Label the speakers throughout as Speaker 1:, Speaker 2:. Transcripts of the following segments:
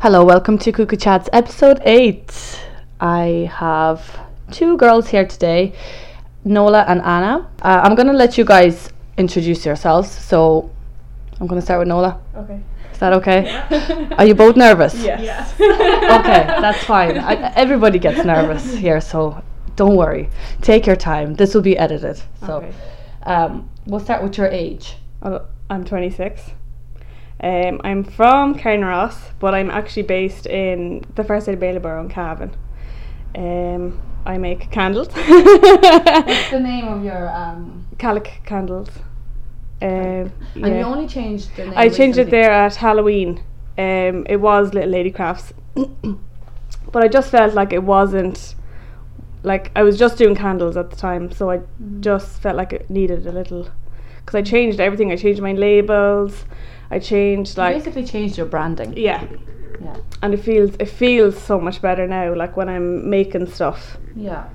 Speaker 1: Hello, welcome to Cuckoo Chats episode 8. I have two girls here today, Nola and Anna. Uh, I'm going to let you guys introduce yourselves. So I'm going to start with Nola.
Speaker 2: Okay.
Speaker 1: Is that okay? Are you both nervous?
Speaker 2: Yes.
Speaker 1: Okay, that's fine. I, everybody gets nervous here, so don't worry. Take your time. This will be edited. So
Speaker 2: Okay.
Speaker 1: um, we'll start with your age.
Speaker 2: Well, I'm 26. Um, I'm from Cairnross, but I'm actually based in the first city of Bailyborough in Cavan. Um, I make candles,
Speaker 1: What's the name of your. Um,
Speaker 2: calic candles. Um, yeah.
Speaker 1: And you only changed the name.
Speaker 2: I changed it
Speaker 1: recently.
Speaker 2: there at Halloween. Um, it was Little Lady Crafts, but I just felt like it wasn't like I was just doing candles at the time, so I just felt like it needed a little because I changed everything. I changed my labels. I changed
Speaker 1: You
Speaker 2: like
Speaker 1: basically changed your branding.
Speaker 2: yeah,
Speaker 1: Yeah.
Speaker 2: and it feels it feels so much better now. Like when I'm making stuff
Speaker 1: Yeah.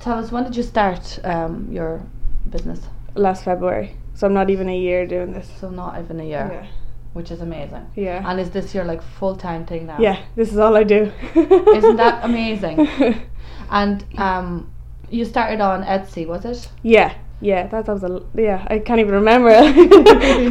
Speaker 1: Tell us when did you start um, your business?
Speaker 2: last February, so I'm not even a year doing this.
Speaker 1: So not even a year, which is amazing.
Speaker 2: yeah,
Speaker 1: And is this your like full time thing now?
Speaker 2: yeah. This is all I do.
Speaker 1: Isn't that amazing? And um, you started on Etsy, was it?
Speaker 2: Yeah, yeah, that, that was a l- yeah. I can't even remember.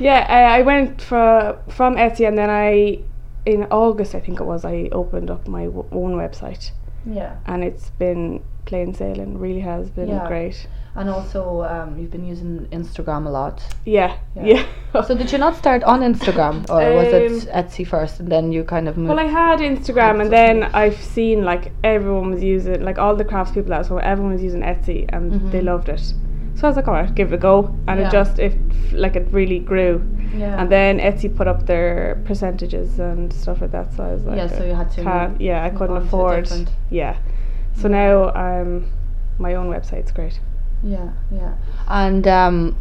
Speaker 2: yeah, I, I went for, from Etsy, and then I in August, I think it was, I opened up my w- own website,
Speaker 1: Yeah.
Speaker 2: and it's been plain sailing. Really has been
Speaker 1: Yeah.
Speaker 2: great.
Speaker 1: And also um, you've been using Instagram a lot.
Speaker 2: Yeah,
Speaker 1: Yeah.
Speaker 2: yeah.
Speaker 1: So did you not start on Instagram, or was it
Speaker 2: Um,
Speaker 1: Etsy first, and then you kind of moved?
Speaker 2: Well, I had Instagram, and
Speaker 1: That's okay.
Speaker 2: then I've seen like everyone was using, like all the crafts people that so everyone was using Etsy, and they
Speaker 1: Mhm.
Speaker 2: loved it. So I was like, all right, give it a go, and
Speaker 1: Yeah.
Speaker 2: it just it like it really grew.
Speaker 1: yeah.
Speaker 2: And then Etsy put up their percentages and stuff like that. So I was like,
Speaker 1: yeah. So you had to.
Speaker 2: can't- yeah, I
Speaker 1: move
Speaker 2: couldn't
Speaker 1: on to
Speaker 2: afford.
Speaker 1: different- Mm.
Speaker 2: Yeah. So now um, my own website's great.
Speaker 1: Yeah, yeah. And um,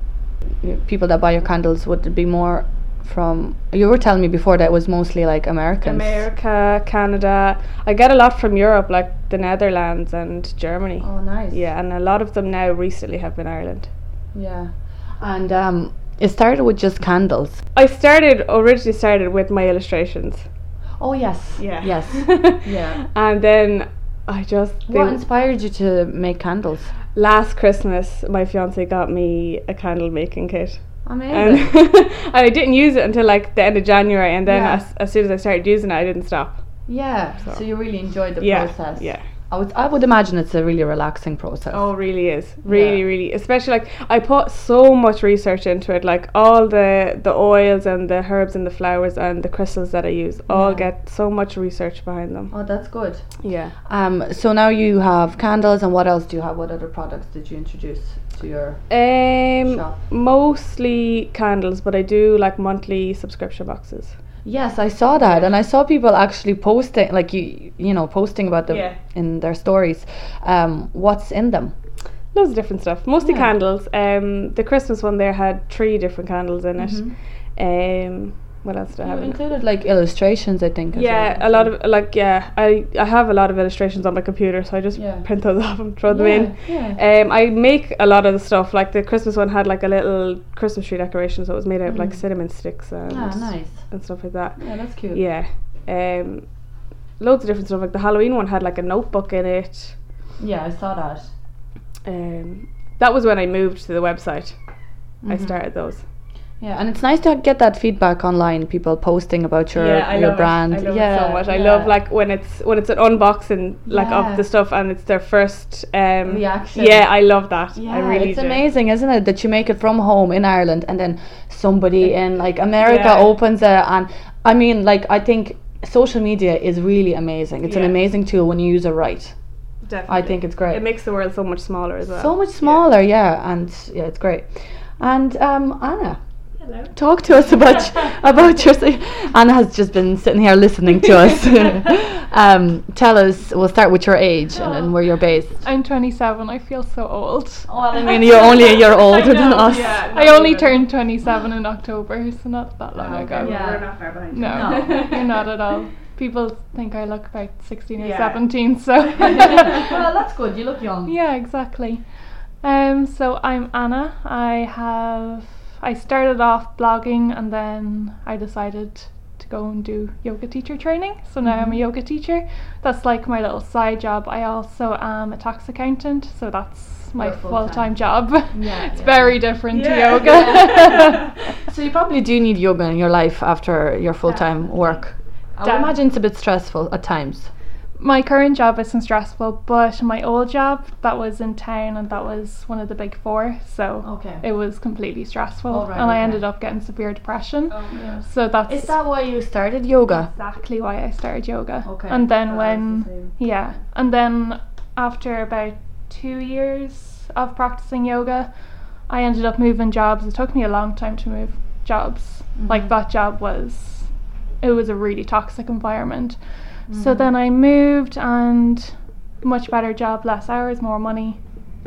Speaker 1: y- people that buy your candles would it be more from you were telling me before that it was mostly like Americans.
Speaker 2: America, Canada. I get a lot from Europe, like the Netherlands and Germany.
Speaker 1: Oh, nice.
Speaker 2: Yeah, and a lot of them now recently have been Ireland.
Speaker 1: yeah. And um, it started with just candles.
Speaker 2: I started originally started with my illustrations.
Speaker 1: Oh yes.
Speaker 2: Yeah.
Speaker 1: Yes. Yeah.
Speaker 2: And then I just
Speaker 1: What
Speaker 2: they-
Speaker 1: inspired you to make candles?
Speaker 2: last Christmas my fiance got me a candle making kit. and,
Speaker 1: Amazing.
Speaker 2: and I didn't use it until like the end of January, and then
Speaker 1: Yeah.
Speaker 2: as, as soon as I started using it, I didn't stop.
Speaker 1: yeah. So.
Speaker 2: so-
Speaker 1: you really enjoyed the
Speaker 2: yeah,
Speaker 1: process.
Speaker 2: yeah.
Speaker 1: I would I would imagine it's a really relaxing process.
Speaker 2: Oh, it really is, really,
Speaker 1: Yeah.
Speaker 2: really. Especially like I put so much research into it, like all the the oils and the herbs and the flowers and the crystals that I use, all
Speaker 1: Yeah.
Speaker 2: get so much research behind them.
Speaker 1: Oh, that's good.
Speaker 2: Yeah.
Speaker 1: Um, so now you have candles, and what else do you have? What other products did you introduce to your
Speaker 2: Um,
Speaker 1: shop?
Speaker 2: mostly candles, but I do like monthly subscription boxes.
Speaker 1: Yes, I saw that, and I saw people actually posting, like you, you know, posting about them
Speaker 2: Yeah.
Speaker 1: in their stories. Um, what's in them?
Speaker 2: Loads of different stuff, mostly
Speaker 1: Yeah.
Speaker 2: candles. Um, the Christmas one there had three different candles in
Speaker 1: Mm-hmm.
Speaker 2: it. Um, what else do I
Speaker 1: You
Speaker 2: have? in it?
Speaker 1: included like illustrations, I think. as
Speaker 2: Yeah,
Speaker 1: well.
Speaker 2: a lot of like yeah, I I have a lot of illustrations on my computer, so I just
Speaker 1: Yeah.
Speaker 2: print those off and throw them
Speaker 1: Yeah, yeah.
Speaker 2: in. Um, I make a lot of the stuff. Like the Christmas one had like a little Christmas tree decoration, so it was made out of like cinnamon sticks and
Speaker 1: Mm. Ah, nice.
Speaker 2: and stuff like that.
Speaker 1: Yeah, that's cute.
Speaker 2: Yeah, um, loads of different stuff. Like the Halloween one had like a notebook in it.
Speaker 1: Yeah, I saw that.
Speaker 2: Um, that was when I moved to the website. I started those.
Speaker 1: Mm-hmm. Yeah, and it's nice to get that feedback online. People posting about your
Speaker 2: yeah, I
Speaker 1: your
Speaker 2: love
Speaker 1: brand.
Speaker 2: It. I love
Speaker 1: yeah,
Speaker 2: it so much. I
Speaker 1: yeah.
Speaker 2: love like when it's when it's an unboxing like
Speaker 1: Yeah.
Speaker 2: of the stuff and it's their first um,
Speaker 1: Reaction.
Speaker 2: Yeah, I love that.
Speaker 1: Yeah,
Speaker 2: I really
Speaker 1: it's
Speaker 2: do.
Speaker 1: amazing, isn't it, that you make it from home in Ireland and then somebody in like America
Speaker 2: Yeah.
Speaker 1: opens it and I mean like I think social media is really amazing. It's an
Speaker 2: Yeah.
Speaker 1: amazing tool when you use it right.
Speaker 2: Definitely.
Speaker 1: I think it's great.
Speaker 2: it makes the world so much smaller as well.
Speaker 1: so much smaller, yeah. and yeah, it's great. And um, Anna,
Speaker 3: Hello.
Speaker 1: talk to us about about your. Anna has just been sitting here listening to us. um, tell us. We'll start with your age and then where you're based.
Speaker 3: I'm 27. I feel so old.
Speaker 1: Well, I mean, you're only a year older than us.
Speaker 2: Yeah,
Speaker 3: I only turned 27 in October, so not that long
Speaker 1: Oh, okay.
Speaker 3: ago.
Speaker 1: Yeah.
Speaker 2: We're not far behind.
Speaker 3: No,
Speaker 1: No.
Speaker 3: you're not at all. People think I look about 16 or
Speaker 2: Yeah.
Speaker 3: 17, so.
Speaker 1: well, that's good. You look young.
Speaker 3: yeah, exactly. Um, so I'm Anna. I have. I started off blogging and then I decided to go and do yoga teacher training. So now I'm a yoga teacher. That's like my little side job. I also am a tax accountant, so that's my
Speaker 1: Or
Speaker 3: full
Speaker 1: full-time.
Speaker 3: time job.
Speaker 1: Yeah,
Speaker 3: it's
Speaker 1: yeah.
Speaker 3: very different to
Speaker 2: Yeah.
Speaker 3: yoga.
Speaker 1: So you probably do need yoga in your life after your full time work. I would
Speaker 3: Definitely.
Speaker 1: imagine it's a bit stressful at times.
Speaker 3: my current job isn't stressful, but my old job that was in town and that was one of the big four, so
Speaker 1: Okay.
Speaker 3: it was completely stressful,
Speaker 1: Oh, right,
Speaker 3: and I
Speaker 1: okay.
Speaker 3: ended up getting severe depression.
Speaker 1: yeah.
Speaker 3: So that's
Speaker 1: Is that why you started yoga?
Speaker 3: exactly why I started yoga.
Speaker 1: Okay.
Speaker 3: And then
Speaker 2: Oh,
Speaker 3: when
Speaker 2: that's the same.
Speaker 3: yeah, and then after about 2 years of practicing yoga, I ended up moving jobs. It took me a long time to move jobs.
Speaker 2: Mm-hmm.
Speaker 3: Like that job was it was a really toxic environment.
Speaker 2: Mm-hmm.
Speaker 3: So then I moved and much better job, less hours, more money.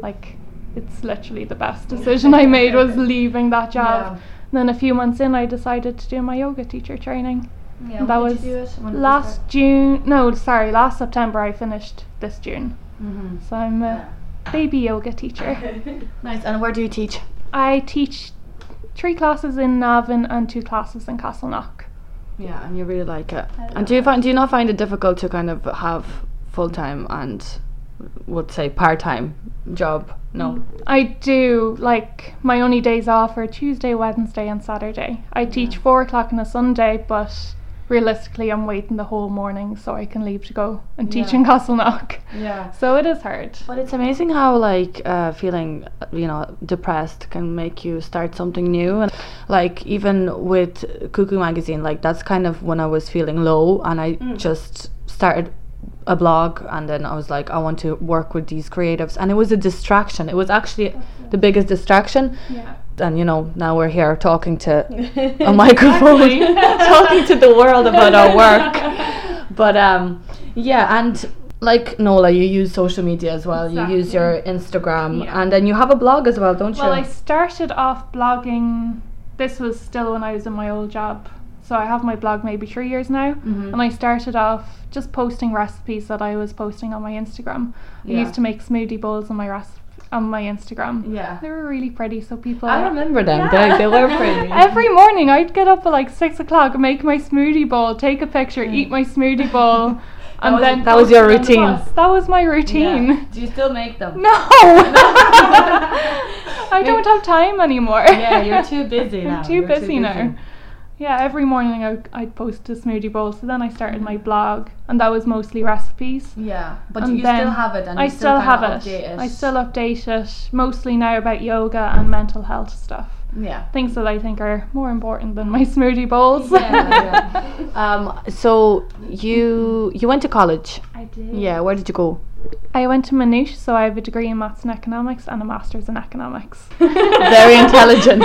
Speaker 3: Like it's literally the best decision I made was leaving that job. And then a few months in I decided to do my yoga teacher training.
Speaker 1: Yeah,
Speaker 3: That when did you was Last June, no, sorry, last September I finished this June.
Speaker 1: Mm-hmm.
Speaker 3: So I'm a baby yoga teacher.
Speaker 1: Nice. And where do you teach?
Speaker 3: I teach three classes in Navan and two classes in Castleknock.
Speaker 1: Yeah, and you really like it. And do you find do you not find it difficult to kind of have full time and would say part time job? No.
Speaker 3: I do, like, my only days off are Tuesday, Wednesday, and Saturday. I teach four o'clock on a Sunday, but realistically, I'm waiting the whole morning so I can leave to go and teach
Speaker 1: Yeah.
Speaker 3: in Castleknock.
Speaker 1: Yeah.
Speaker 3: So it is hard.
Speaker 1: But it's amazing how like uh, feeling uh, you know depressed can make you start something new and like even with Cuckoo magazine like that's kind of when I was feeling low and I just started a blog and then I was like I want to work with these creatives and it was a distraction it was actually the biggest distraction
Speaker 3: Yeah.
Speaker 1: and you know now we're here talking to a microphone talking to the world about our work but um yeah and like Nola you use social media as well you use your Instagram
Speaker 3: Yeah.
Speaker 1: and then you have a blog as well don't you
Speaker 3: Well, I started off blogging. This was still when I was in my old job. So I have my blog maybe three years now.
Speaker 1: Mm-hmm.
Speaker 3: And I started off just posting recipes that I was posting on my Instagram.
Speaker 1: Yeah.
Speaker 3: I used to make smoothie bowls on my recipe. On my Instagram,
Speaker 1: Yeah.
Speaker 3: they were really pretty. So people,
Speaker 1: I remember them they, they were pretty
Speaker 3: every morning I'd get up at like six o'clock, make my smoothie bowl, take a picture, eat my smoothie bowl, and
Speaker 1: was-
Speaker 3: then
Speaker 1: that was
Speaker 3: post
Speaker 1: your
Speaker 3: it on the
Speaker 1: routine.
Speaker 3: bus. That was my routine.
Speaker 1: Yeah. do you still make them
Speaker 3: No. I don't have time anymore.
Speaker 1: yeah you're too busy now
Speaker 3: I'm too busy, now. Yeah, every morning I, I'd post a smoothie bowl. So then I started
Speaker 1: Mm-hmm.
Speaker 3: my blog, and that was mostly recipes.
Speaker 1: yeah but
Speaker 3: And
Speaker 1: you still
Speaker 3: then
Speaker 1: have it and
Speaker 3: I
Speaker 1: you
Speaker 3: still,
Speaker 1: kinda
Speaker 3: have it.
Speaker 1: update it
Speaker 3: I still update it, mostly now about yoga and mental health stuff.
Speaker 1: yeah
Speaker 3: Things that I think are more important than my smoothie bowls.
Speaker 1: Yeah, um so you you went to college
Speaker 3: I did.
Speaker 1: yeah where did you go
Speaker 3: I went to Manouche, so I have a degree in maths and economics and a master's in economics.
Speaker 1: very intelligent.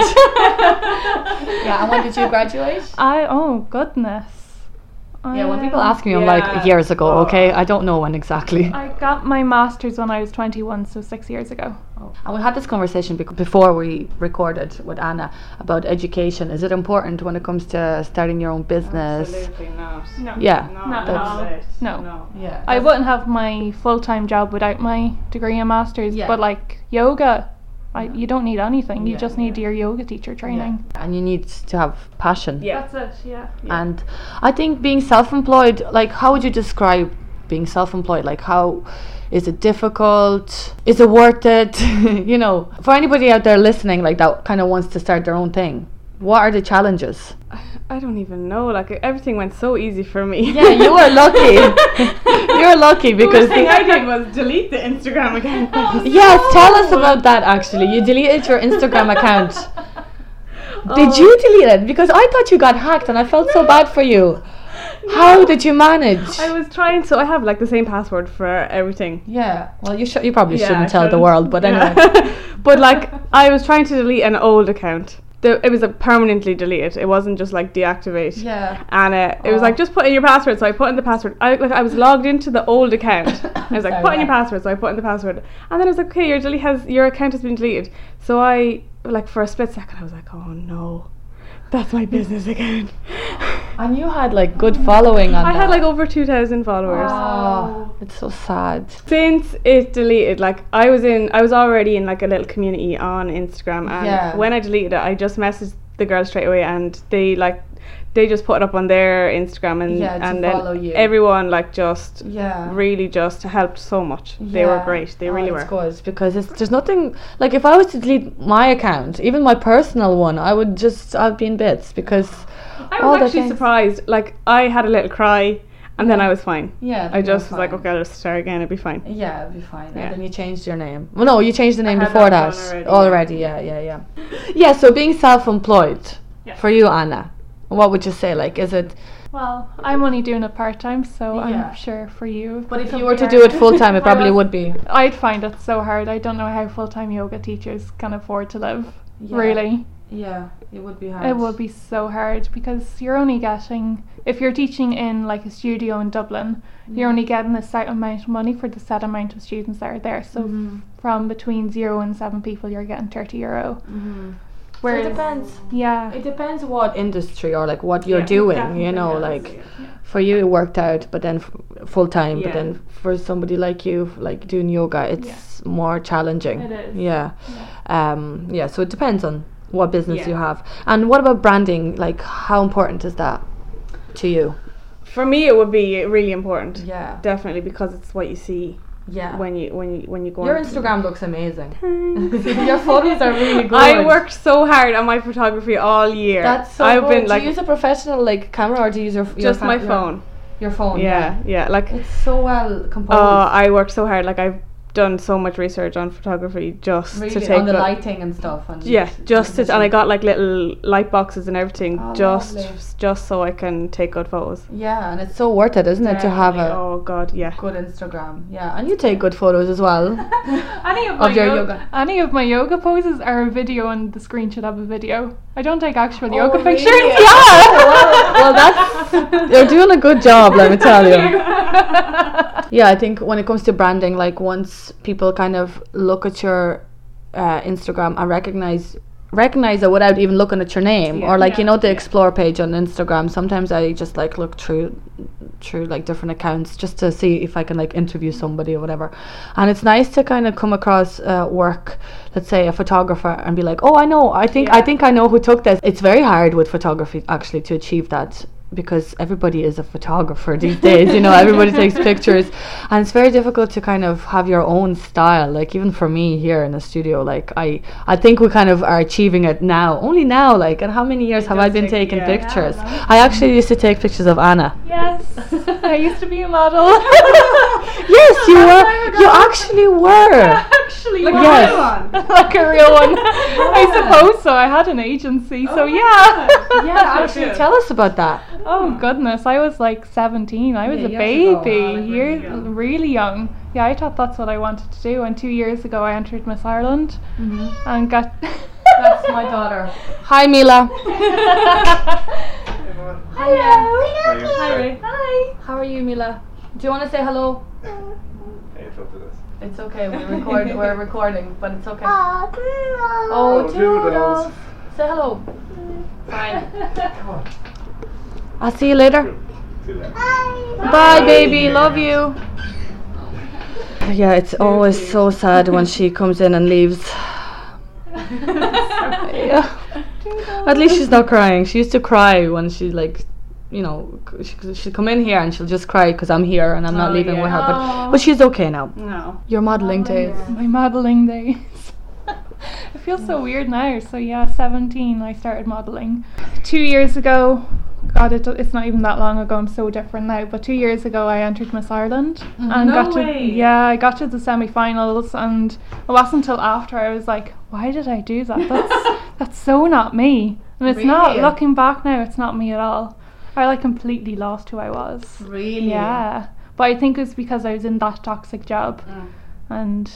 Speaker 1: yeah, and when did you graduate?
Speaker 3: I oh goodness.
Speaker 1: Yeah, when people
Speaker 3: I-
Speaker 1: ask me, I'm like
Speaker 2: Yeah.
Speaker 1: years ago.
Speaker 2: Oh.
Speaker 1: Okay, I don't know when exactly.
Speaker 3: I got my master's when I was 21, so six years ago.
Speaker 1: And we had this conversation bec- before we recorded with Anna about education. Is it important when it comes to starting your own business?
Speaker 2: Absolutely not.
Speaker 3: No.
Speaker 1: Yeah.
Speaker 2: Not
Speaker 1: that's-
Speaker 2: at all.
Speaker 3: No.
Speaker 2: No.
Speaker 1: Yeah.
Speaker 3: I wouldn't have my full time job without my degree and master's,
Speaker 1: Yeah.
Speaker 3: but like yoga, I, you don't need anything. You
Speaker 1: Yeah.
Speaker 3: just need your yoga teacher training.
Speaker 1: And you need to have passion.
Speaker 2: Yeah.
Speaker 3: That's it, yeah.
Speaker 1: And I think being self-employed, like, how would you describe being self-employed? Like, how is it difficult? Is it worth it? you know, for anybody out there listening, like that kind of wants to start their own thing. What are the challenges?
Speaker 2: I don't even know. Like everything went so easy for me.
Speaker 1: Yeah, you were lucky. you were lucky because
Speaker 2: First thing I did was delete the Instagram account.
Speaker 3: Oh,
Speaker 1: yes, tell us about that. Actually, you deleted your Instagram account. Did
Speaker 2: Oh.
Speaker 1: you delete it? Because I thought you got hacked, and I felt so bad for you. How did you manage?
Speaker 2: I was trying, so I have like the same password for everything.
Speaker 1: Yeah. Well, you should. You probably
Speaker 2: Yeah,
Speaker 1: shouldn't
Speaker 2: I
Speaker 1: tell the
Speaker 2: shouldn't.
Speaker 1: world, but anyway.
Speaker 2: but like, I was trying to delete an old account. The, it was a permanently deleted. It wasn't just like deactivate.
Speaker 1: Yeah.
Speaker 2: And uh, it was
Speaker 1: Oh.
Speaker 2: like just put in your password. So I put in the password. I like I was logged into the old account. I was like
Speaker 1: Sorry,
Speaker 2: put in your
Speaker 1: yeah.
Speaker 2: password. So I put in the password, and then I was like, okay, your delete has your account has been deleted. So I like for a split second I was like, oh no, that's my business account.
Speaker 1: And you had like good following on
Speaker 2: I
Speaker 1: that.
Speaker 2: had like over two thousand followers.
Speaker 1: Oh, it's so sad.
Speaker 2: Since it deleted, like I was in, I was already in like a little community on Instagram, and
Speaker 1: Yeah.
Speaker 2: when I deleted it, I just messaged the girl straight away, and they like. they just put it up on their Instagram and
Speaker 1: Yeah, to
Speaker 2: and
Speaker 1: follow
Speaker 2: then
Speaker 1: you.
Speaker 2: everyone like just
Speaker 1: Yeah.
Speaker 2: really just helped so much. They were
Speaker 1: Yeah.
Speaker 2: great. They
Speaker 1: Oh,
Speaker 2: really were.
Speaker 1: it's good because it's, there's nothing like if I was to delete my account, even my personal one, I would just I'd be in bits because
Speaker 2: I
Speaker 1: all
Speaker 2: was
Speaker 1: the
Speaker 2: actually
Speaker 1: things-
Speaker 2: surprised. Like I had a little cry and then I was fine.
Speaker 1: yeah,
Speaker 2: I just was like,
Speaker 1: fine.
Speaker 2: okay, I'll just start again. It'll be fine.
Speaker 1: Yeah, it'd be fine.
Speaker 2: Yeah.
Speaker 1: And then you changed your name. Well, no, you changed the name
Speaker 2: had
Speaker 1: before
Speaker 2: that
Speaker 1: that,
Speaker 2: one already,
Speaker 1: already. Yeah, yeah, yeah. Yeah. So being self-employed
Speaker 3: Yeah.
Speaker 1: for you, Anna, what would you say? Like, is it?
Speaker 3: Well, I'm only doing it part time, so
Speaker 1: Yeah.
Speaker 3: I'm sure for you.
Speaker 1: But if
Speaker 3: it'll
Speaker 1: you
Speaker 3: be
Speaker 1: were to
Speaker 3: hard.
Speaker 1: do it full time, it
Speaker 3: I
Speaker 1: probably
Speaker 3: was-
Speaker 1: would be.
Speaker 3: I'd find it so hard. I don't know how full time yoga teachers can afford to live. Really,
Speaker 1: Yeah, it would be hard.
Speaker 3: it would be so hard because you're only getting if you're teaching in like a studio in Dublin,
Speaker 1: Mm.
Speaker 3: you're only getting a set amount of money for the set amount of students that are there. So
Speaker 1: Mm-hmm.
Speaker 3: from between zero and seven people, you're getting thirty euro.
Speaker 1: Mm-hmm. Where it
Speaker 3: Whereas,
Speaker 1: depends.
Speaker 3: yeah,
Speaker 1: It depends what industry or like what you're
Speaker 2: Yeah,
Speaker 1: doing.
Speaker 2: definitely,
Speaker 1: You know,
Speaker 2: yeah.
Speaker 1: like for you it worked out, but then f- full time. But
Speaker 2: Yeah.
Speaker 1: then for somebody like you, like doing yoga, it's more challenging.
Speaker 3: It is.
Speaker 1: Yeah. Um. Yeah. So it depends on what business
Speaker 2: Yeah.
Speaker 1: you have, and what about branding? Like, how important is that to you?
Speaker 2: For me, it would be really important.
Speaker 1: Yeah.
Speaker 2: Definitely because it's what you see
Speaker 1: Yeah.
Speaker 2: when you when you when you go
Speaker 1: Your
Speaker 2: on.
Speaker 1: Instagram looks amazing. Your photos are really good.
Speaker 2: I worked so hard on my photography all year.
Speaker 1: That's so
Speaker 2: I've
Speaker 1: good.
Speaker 2: been
Speaker 1: do you
Speaker 2: like
Speaker 1: use a professional like camera or do you use your f- your Oh,
Speaker 2: just
Speaker 1: cam-
Speaker 2: my
Speaker 1: your-
Speaker 2: phone.
Speaker 1: Your, phone.
Speaker 2: Yeah, yeah. Like
Speaker 1: It's so well composed.
Speaker 2: uh, I worked so hard. Like I've done so much research on photography just
Speaker 1: really
Speaker 2: to take
Speaker 1: on the
Speaker 2: that-
Speaker 1: lighting and stuff. And
Speaker 2: Yeah, just to,
Speaker 1: position.
Speaker 2: and I got like little light boxes and everything
Speaker 1: Oh,
Speaker 2: just
Speaker 1: lovely.
Speaker 2: just so I can take good photos.
Speaker 1: Yeah, and it's so worth it, isn't it, to have
Speaker 2: Definitely.
Speaker 1: a
Speaker 2: oh god, yeah.
Speaker 1: good Instagram? Yeah, and you take good photos as well.
Speaker 3: Any of
Speaker 1: Of
Speaker 3: my
Speaker 1: your
Speaker 3: yo-
Speaker 1: yoga.
Speaker 3: any of my yoga poses are a video, and the screen should have a video. I don't take actual yoga
Speaker 1: Oh, really?
Speaker 3: pictures.
Speaker 1: well, well, that's you're doing a good job, let me tell you.
Speaker 3: Yeah.
Speaker 1: Yeah, I think when it comes to branding, like once people kind of look at your uh, Instagram and recognize recognize it without even looking at your name
Speaker 2: Yeah.
Speaker 1: or like you
Speaker 3: Yeah.
Speaker 1: know the explore page on Instagram sometimes I just like look through through like different accounts just to see if I can like interview somebody or whatever and it's nice to kind of come across uh, work let's say a photographer and be like oh I know I think I
Speaker 2: Yeah.
Speaker 1: think I know who took this it's very hard with photography actually to achieve that because everybody is a photographer these days you know everybody takes pictures and it's very difficult to kind of have your own style like even for me here in the studio like i i think we kind of are achieving it now only now like and how many years have i
Speaker 2: does
Speaker 1: been
Speaker 2: take-
Speaker 1: taking
Speaker 2: yeah.
Speaker 1: pictures i actually used to take pictures of anna
Speaker 3: yes, I used to be a model.
Speaker 1: yes you
Speaker 3: That's
Speaker 1: were
Speaker 3: why we
Speaker 1: you
Speaker 3: got-
Speaker 1: actually were
Speaker 3: Actually,
Speaker 2: Like
Speaker 3: was.
Speaker 1: yes.
Speaker 3: like a real one.
Speaker 1: Yeah.
Speaker 3: I suppose so. I had an agency, so
Speaker 2: my
Speaker 3: yeah.
Speaker 1: Oh yeah actually tell us about that
Speaker 3: Oh goodness, I was like 17. I was
Speaker 1: Hmm. Yeah,
Speaker 3: a
Speaker 1: years ago.
Speaker 3: baby.
Speaker 1: Wow, like
Speaker 3: really,
Speaker 1: really
Speaker 3: years,
Speaker 2: young.
Speaker 3: really young. Yeah, I thought that's what I wanted to do. And two years ago, I entered Miss Ireland and got.
Speaker 1: Mm-hmm. that's my daughter hi mila hello
Speaker 4: Are you okay?
Speaker 3: Hi.
Speaker 1: how are you mila do you want to say hello
Speaker 4: I interrupted us.
Speaker 1: It's okay. We record. we're recording, but it's okay.
Speaker 4: Oh,
Speaker 1: Oh,
Speaker 4: doodles.
Speaker 1: doodles. Say hello. Fine. I'll see you later.
Speaker 4: See you later.
Speaker 1: Bye, baby. Love you. Yeah, it's always so sad when she comes in and leaves. yeah. At least she's not crying. She used to cry when she like, you know, c- she, she'd come in here and she'll just cry because I'm here and I'm not
Speaker 2: Oh,
Speaker 1: leaving
Speaker 2: yeah.
Speaker 1: with her. But
Speaker 3: Aw.
Speaker 1: but she's okay now.
Speaker 2: No.
Speaker 1: Your modeling days.
Speaker 3: My modeling days. it feels so weird now. So yeah, 17 I started modeling. 2 years ago, god it, it's not even that long ago. I'm so different now, but 2 years ago I entered Miss Ireland and
Speaker 2: No
Speaker 3: got
Speaker 2: way.
Speaker 3: to yeah, I got to the semi-finals and it wasn't until after I was like, why did I do that? That's that's so not me. And it's not
Speaker 1: Really?
Speaker 3: looking back now, it's not me at all. I like completely lost who I was.
Speaker 1: Really?
Speaker 3: Yeah. But I think it was because I was in that toxic job. And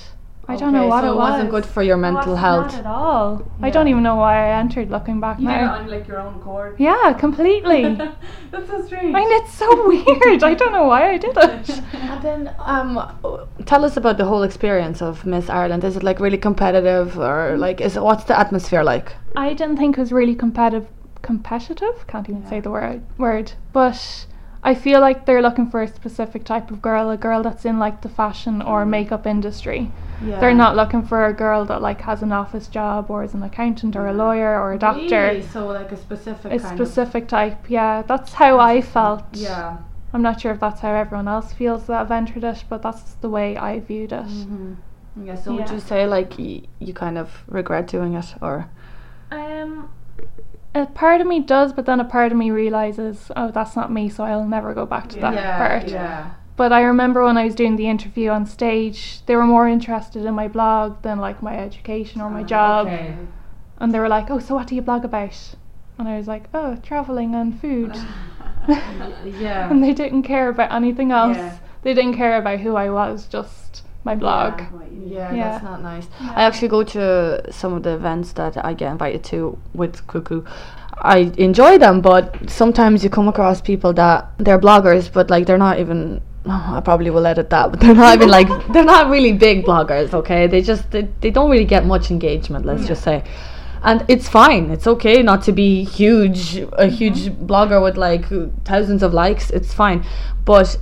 Speaker 3: I don't know
Speaker 1: Okay,
Speaker 3: what
Speaker 1: so
Speaker 3: it,
Speaker 1: it
Speaker 3: was.
Speaker 1: wasn't good for your mental
Speaker 3: wasn't
Speaker 1: health.
Speaker 3: Not at all. I don't even know why I entered looking back now.
Speaker 2: like your own cord.
Speaker 3: Yeah, completely. I
Speaker 2: That's so strange.
Speaker 3: mean, it's so weird. I don't know why I did it.
Speaker 1: And then, um, w- tell us about the whole experience of Miss Ireland. Is it like really competitive, or like, is what's the atmosphere like?
Speaker 3: I didn't think it was really competitive. Competitive? Can't even say the word. Word. But I feel like they're looking for a specific type of girl, a girl that's in like the fashion or makeup industry.
Speaker 1: Mm. Yeah.
Speaker 3: They're not looking for a girl that like has an office job or is an accountant or a lawyer or a doctor.
Speaker 1: Really? So like a specific
Speaker 3: A
Speaker 1: kind
Speaker 3: specific type, yeah. That's how I felt.
Speaker 1: Of, yeah.
Speaker 3: I'm not sure if that's how everyone else feels that have entered it, but that's the way I viewed it.
Speaker 1: hmm Yeah. So would
Speaker 3: Yeah.
Speaker 1: you say like y- you kind of regret doing it or?
Speaker 3: Um, a part of me does, but then a part of me realizes, oh, that's not me, so I'll never go back to that part.
Speaker 1: Yeah.
Speaker 3: But I remember when I was doing the interview on stage, they were more interested in my blog than like my education or my job,
Speaker 1: Ah, Okay.
Speaker 3: and they were like, oh, so what do you blog about? And I was like, oh, traveling and food.
Speaker 1: yeah.
Speaker 3: and they didn't care about anything else.
Speaker 1: Yeah.
Speaker 3: They didn't care about who I was, just my blog.
Speaker 1: Yeah,
Speaker 3: Yeah.
Speaker 1: that's not nice. I actually go to some of the events that I get invited to with Cuckoo. I enjoy them, but sometimes you come across people that they're bloggers, but like they're not even. oh, I probably will edit that, but they're not even like they're not really big bloggers. Okay, they just they, they don't really get much engagement. Let's just say. And it's fine. It's okay not to be huge, a huge blogger with like thousands of likes. It's fine, but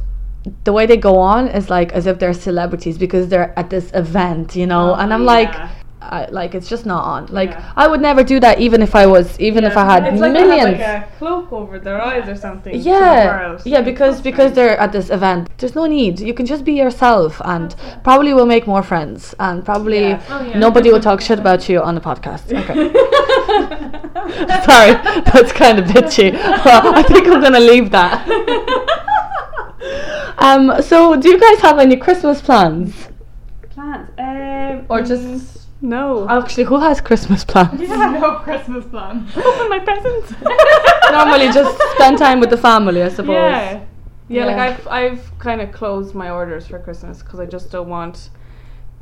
Speaker 1: the way they go on is like as if they're celebrities because they're at this event, you know. and I'm like, I, like it's just not on. Like
Speaker 2: Oh, Yeah.
Speaker 1: I would never do that, even if I was, even if I had
Speaker 2: it's like
Speaker 1: millions.
Speaker 2: They have like a cloak over their eyes or something. to cover
Speaker 1: yeah,
Speaker 2: out.
Speaker 1: yeah, because because they're at this event. There's no need. You can just be yourself, and probably will make more friends, and probably
Speaker 2: Yeah. Oh, yeah.
Speaker 1: nobody will talk shit about you on the podcast. Okay. Sorry, that's kind of bitchy. Well, I think I'm gonna leave that. Um, so do you guys have any Christmas plans?
Speaker 2: Plants. Um,
Speaker 1: Or just-
Speaker 2: mm, no.
Speaker 1: Actually, who has Christmas plans?
Speaker 3: no Christmas plan.
Speaker 2: open my presents.
Speaker 1: Normally, just spend time with the family, I suppose.
Speaker 2: Yeah. Yeah, like
Speaker 1: Yeah.
Speaker 2: I've I've kind of closed my orders for Christmas because I just don't want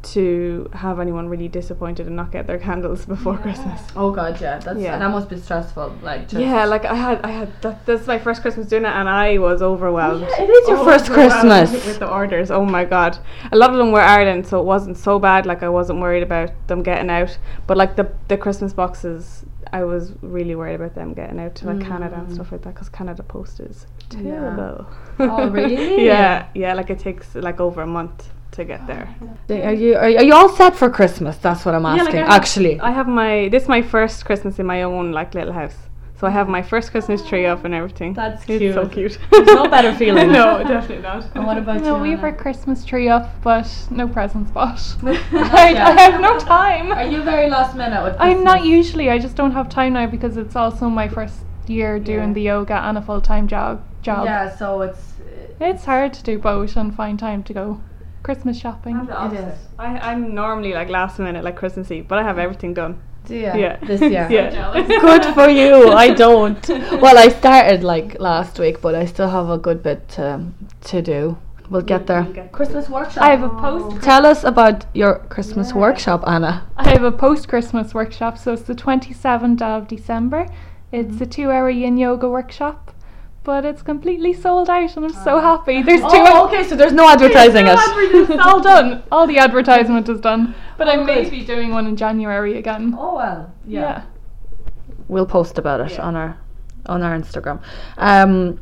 Speaker 2: to have anyone really disappointed and not get their candles before Christmas.
Speaker 1: Oh god, yeah. That's
Speaker 2: Yeah.
Speaker 1: that must be stressful. Like just
Speaker 2: Yeah, like I had I had that, that's my first Christmas doing it and I was overwhelmed.
Speaker 1: Yeah, it is your first
Speaker 2: Overwhelmed
Speaker 1: Christmas.
Speaker 2: with the orders. Oh my god. A lot of them were Ireland, so it wasn't so bad like I wasn't worried about them getting out, but like the the Christmas boxes I was really worried about them getting out to like Canada
Speaker 1: Mm.
Speaker 2: and stuff like that because Canada Post is terrible.
Speaker 1: Oh, really? Oh.
Speaker 2: yeah, yeah. Like it takes like over a month to get there.
Speaker 1: Are you are, you- are you all set for Christmas? That's what I'm asking.
Speaker 2: I have-
Speaker 1: actually.
Speaker 2: I have my this is my first Christmas in my own like little house, so I have my first Christmas tree up and everything.
Speaker 1: That's
Speaker 2: It's so
Speaker 1: cute.
Speaker 2: cute.
Speaker 1: no better feeling.
Speaker 2: no, definitely not.
Speaker 1: What about
Speaker 3: No,
Speaker 1: you?
Speaker 3: we have
Speaker 1: Anna?
Speaker 3: our Christmas tree up, but no presents bought. I, I have no
Speaker 1: Are
Speaker 3: time.
Speaker 1: you very last minute with
Speaker 3: I'm not
Speaker 1: Christmas?
Speaker 3: usually. I just don't have time now because it's also my first year doing
Speaker 1: Yeah.
Speaker 3: the yoga and a full time job. Job.
Speaker 1: Yeah, so it's uh,
Speaker 3: It's hard to do both and find time to go Christmas shopping.
Speaker 1: opposite. is.
Speaker 2: I, I'm normally like last minute, like Christmas Eve, but I have everything done.
Speaker 1: yeah,
Speaker 2: Yeah.
Speaker 1: this year.
Speaker 2: yeah.
Speaker 1: Good for you. I don't. Well, I started like last week, but I still have a good bit to, to do. We'll get there.
Speaker 2: Christmas workshop.
Speaker 3: I have a post.
Speaker 1: Tell us about your Christmas workshop, Anna.
Speaker 3: I have a post Christmas workshop, so it's the 27th of December. It's
Speaker 1: Mm-hmm.
Speaker 3: a two hour yin yoga workshop, but it's completely sold out, and I'm so happy. There's two.
Speaker 1: Ah. Oh, okay, so there's no advertising
Speaker 3: No
Speaker 1: it.
Speaker 3: advertising. It's all done. All the advertisement is done. But I may be doing one in January again.
Speaker 1: Oh well, We'll post about it on our on our Instagram. Um,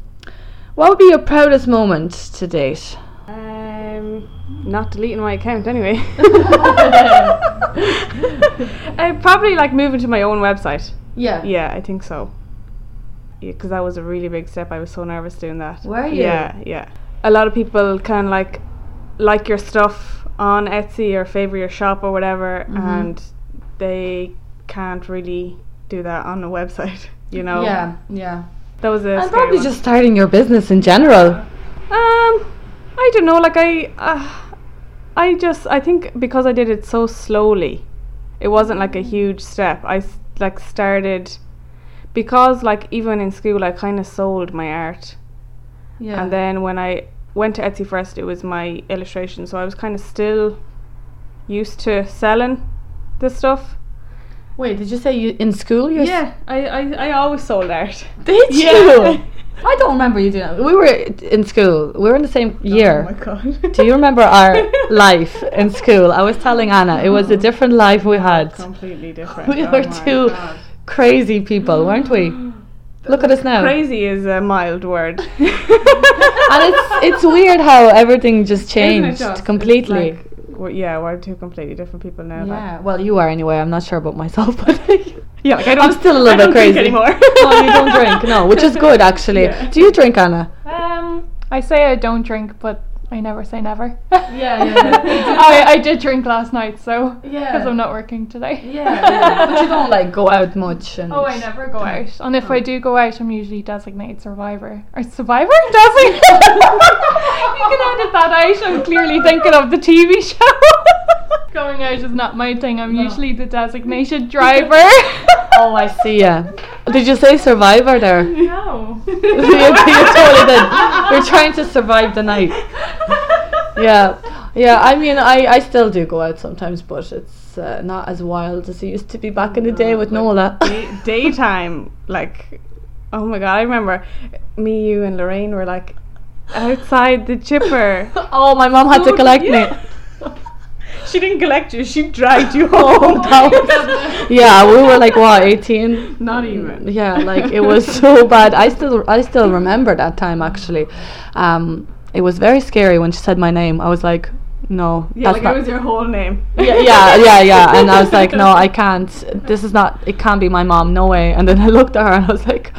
Speaker 1: what would be your proudest moment to date?
Speaker 2: Um, not deleting my account anyway. uh, probably like moving to my own website.
Speaker 1: Yeah.
Speaker 2: Yeah, I think so. Because that was a really big step. I was so nervous doing that.
Speaker 1: Were you?
Speaker 2: Yeah, yeah. A lot of people kind of like like your stuff on Etsy or favor your shop or whatever,
Speaker 1: Mm-hmm.
Speaker 2: and they can't really do that on a website. You know?
Speaker 1: Yeah. Yeah.
Speaker 2: That was a.
Speaker 1: And
Speaker 2: scary
Speaker 1: probably
Speaker 2: one.
Speaker 1: just starting your business in general.
Speaker 2: Um, I don't know. Like I, uh, I just I think because I did it so slowly, it wasn't like a huge step. I s- like started because like even in school I kind of sold my art,
Speaker 1: Yeah.
Speaker 2: and then when I went to Etsy first, it was my illustration. So I was kind of still used to selling the stuff.
Speaker 1: Wait, did you say you in school? You're
Speaker 2: I, I I always sold art.
Speaker 1: Did
Speaker 2: Yeah. Oh
Speaker 1: you? I don't remember you doing that. We were in school. We were in the same year.
Speaker 2: Oh god.
Speaker 1: Do you remember our life in school? I was telling Anna, it was a different life we had.
Speaker 2: Completely different.
Speaker 1: We
Speaker 2: Oh
Speaker 1: were
Speaker 2: my
Speaker 1: two
Speaker 2: God.
Speaker 1: crazy people, weren't we? Look at us now.
Speaker 2: Crazy is a mild word. and
Speaker 1: And it's it's weird how everything just changed completely.
Speaker 2: yeah, we're two completely different people now. like-
Speaker 1: yeah, well, you are anyway. I'm not sure about myself, but
Speaker 2: yeah, like I
Speaker 1: I'm still a little
Speaker 2: I
Speaker 1: bit
Speaker 2: don't
Speaker 1: crazy
Speaker 2: drink anymore.
Speaker 1: no, you don't drink, no, which is good actually.
Speaker 2: Yeah.
Speaker 1: Do you drink, Anna?
Speaker 3: Um, I say I don't drink, but I never say never.
Speaker 1: yeah, yeah.
Speaker 3: I, I did drink last night, so because
Speaker 1: Yeah.
Speaker 3: I'm not working today.
Speaker 1: but you don't like go out much. And
Speaker 3: Oh, I never go out, and if I do go out, I'm usually designated survivor or survivor designated. you can edit that out. I'm clearly thinking of the TV show. Going out is not my thing. I'm usually the designated driver.
Speaker 1: Oh, I see. Yeah. Did you say survivor there? you,
Speaker 3: No.
Speaker 1: you totally did. You're trying to survive the night. Yeah. Yeah, I mean, I, I still do go out sometimes, but it's uh, not as wild as it used to be back in the day with Nola.
Speaker 2: Day- daytime, like, oh my god, I remember me, you, and Lorraine were like outside the chipper.
Speaker 1: oh, my mom had to collect me.
Speaker 2: She didn't collect you; she dragged you home.
Speaker 1: Oh, That was- yeah, we were like what, 18?
Speaker 2: Not even.
Speaker 1: yeah like it was so bad i still i still remember that time actually um it was very scary when she said my name i was like no
Speaker 2: Yeah,
Speaker 1: that's
Speaker 2: like
Speaker 1: not
Speaker 2: it was your whole name.
Speaker 1: yeah, yeah yeah yeah and i was like no i can't this is not it can't be my mom no way and then i looked at her and i was like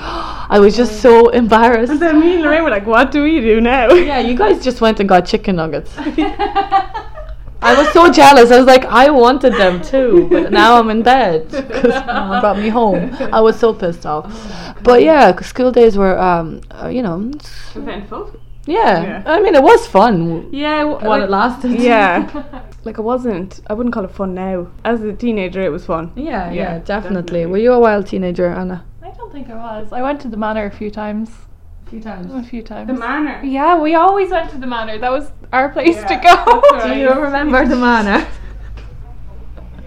Speaker 1: i was just so
Speaker 2: And
Speaker 1: embarrassed
Speaker 2: Oh. then me and Lorraine were like, "What do we do now?"
Speaker 1: yeah you guys just went and got chicken nuggets i was so jealous i was like i wanted them too but now i'm in bed because mom brought me home i was so pissed
Speaker 2: Oh
Speaker 1: off but yeah 'cause school days were um uh, you know
Speaker 2: Eventful.
Speaker 1: Yeah.
Speaker 2: Yeah.
Speaker 1: I mean, it was fun
Speaker 2: Yeah. w-
Speaker 1: while
Speaker 2: like-
Speaker 1: it lasted.
Speaker 2: Yeah. like it wasn't. I wouldn't call it fun now. As a teenager, it was fun.
Speaker 1: Yeah, yeah,
Speaker 2: Yeah,
Speaker 1: definitely.
Speaker 2: definitely.
Speaker 1: Were you a wild teenager, Anna?
Speaker 3: I don't think I was. I went to the manor a few times.
Speaker 1: A few
Speaker 3: A
Speaker 1: times.
Speaker 3: few times.
Speaker 2: manor.
Speaker 3: yeah, we always went to the manor. That was our place
Speaker 2: Yeah,
Speaker 3: to go.
Speaker 2: that's right.
Speaker 1: Do you remember the manor?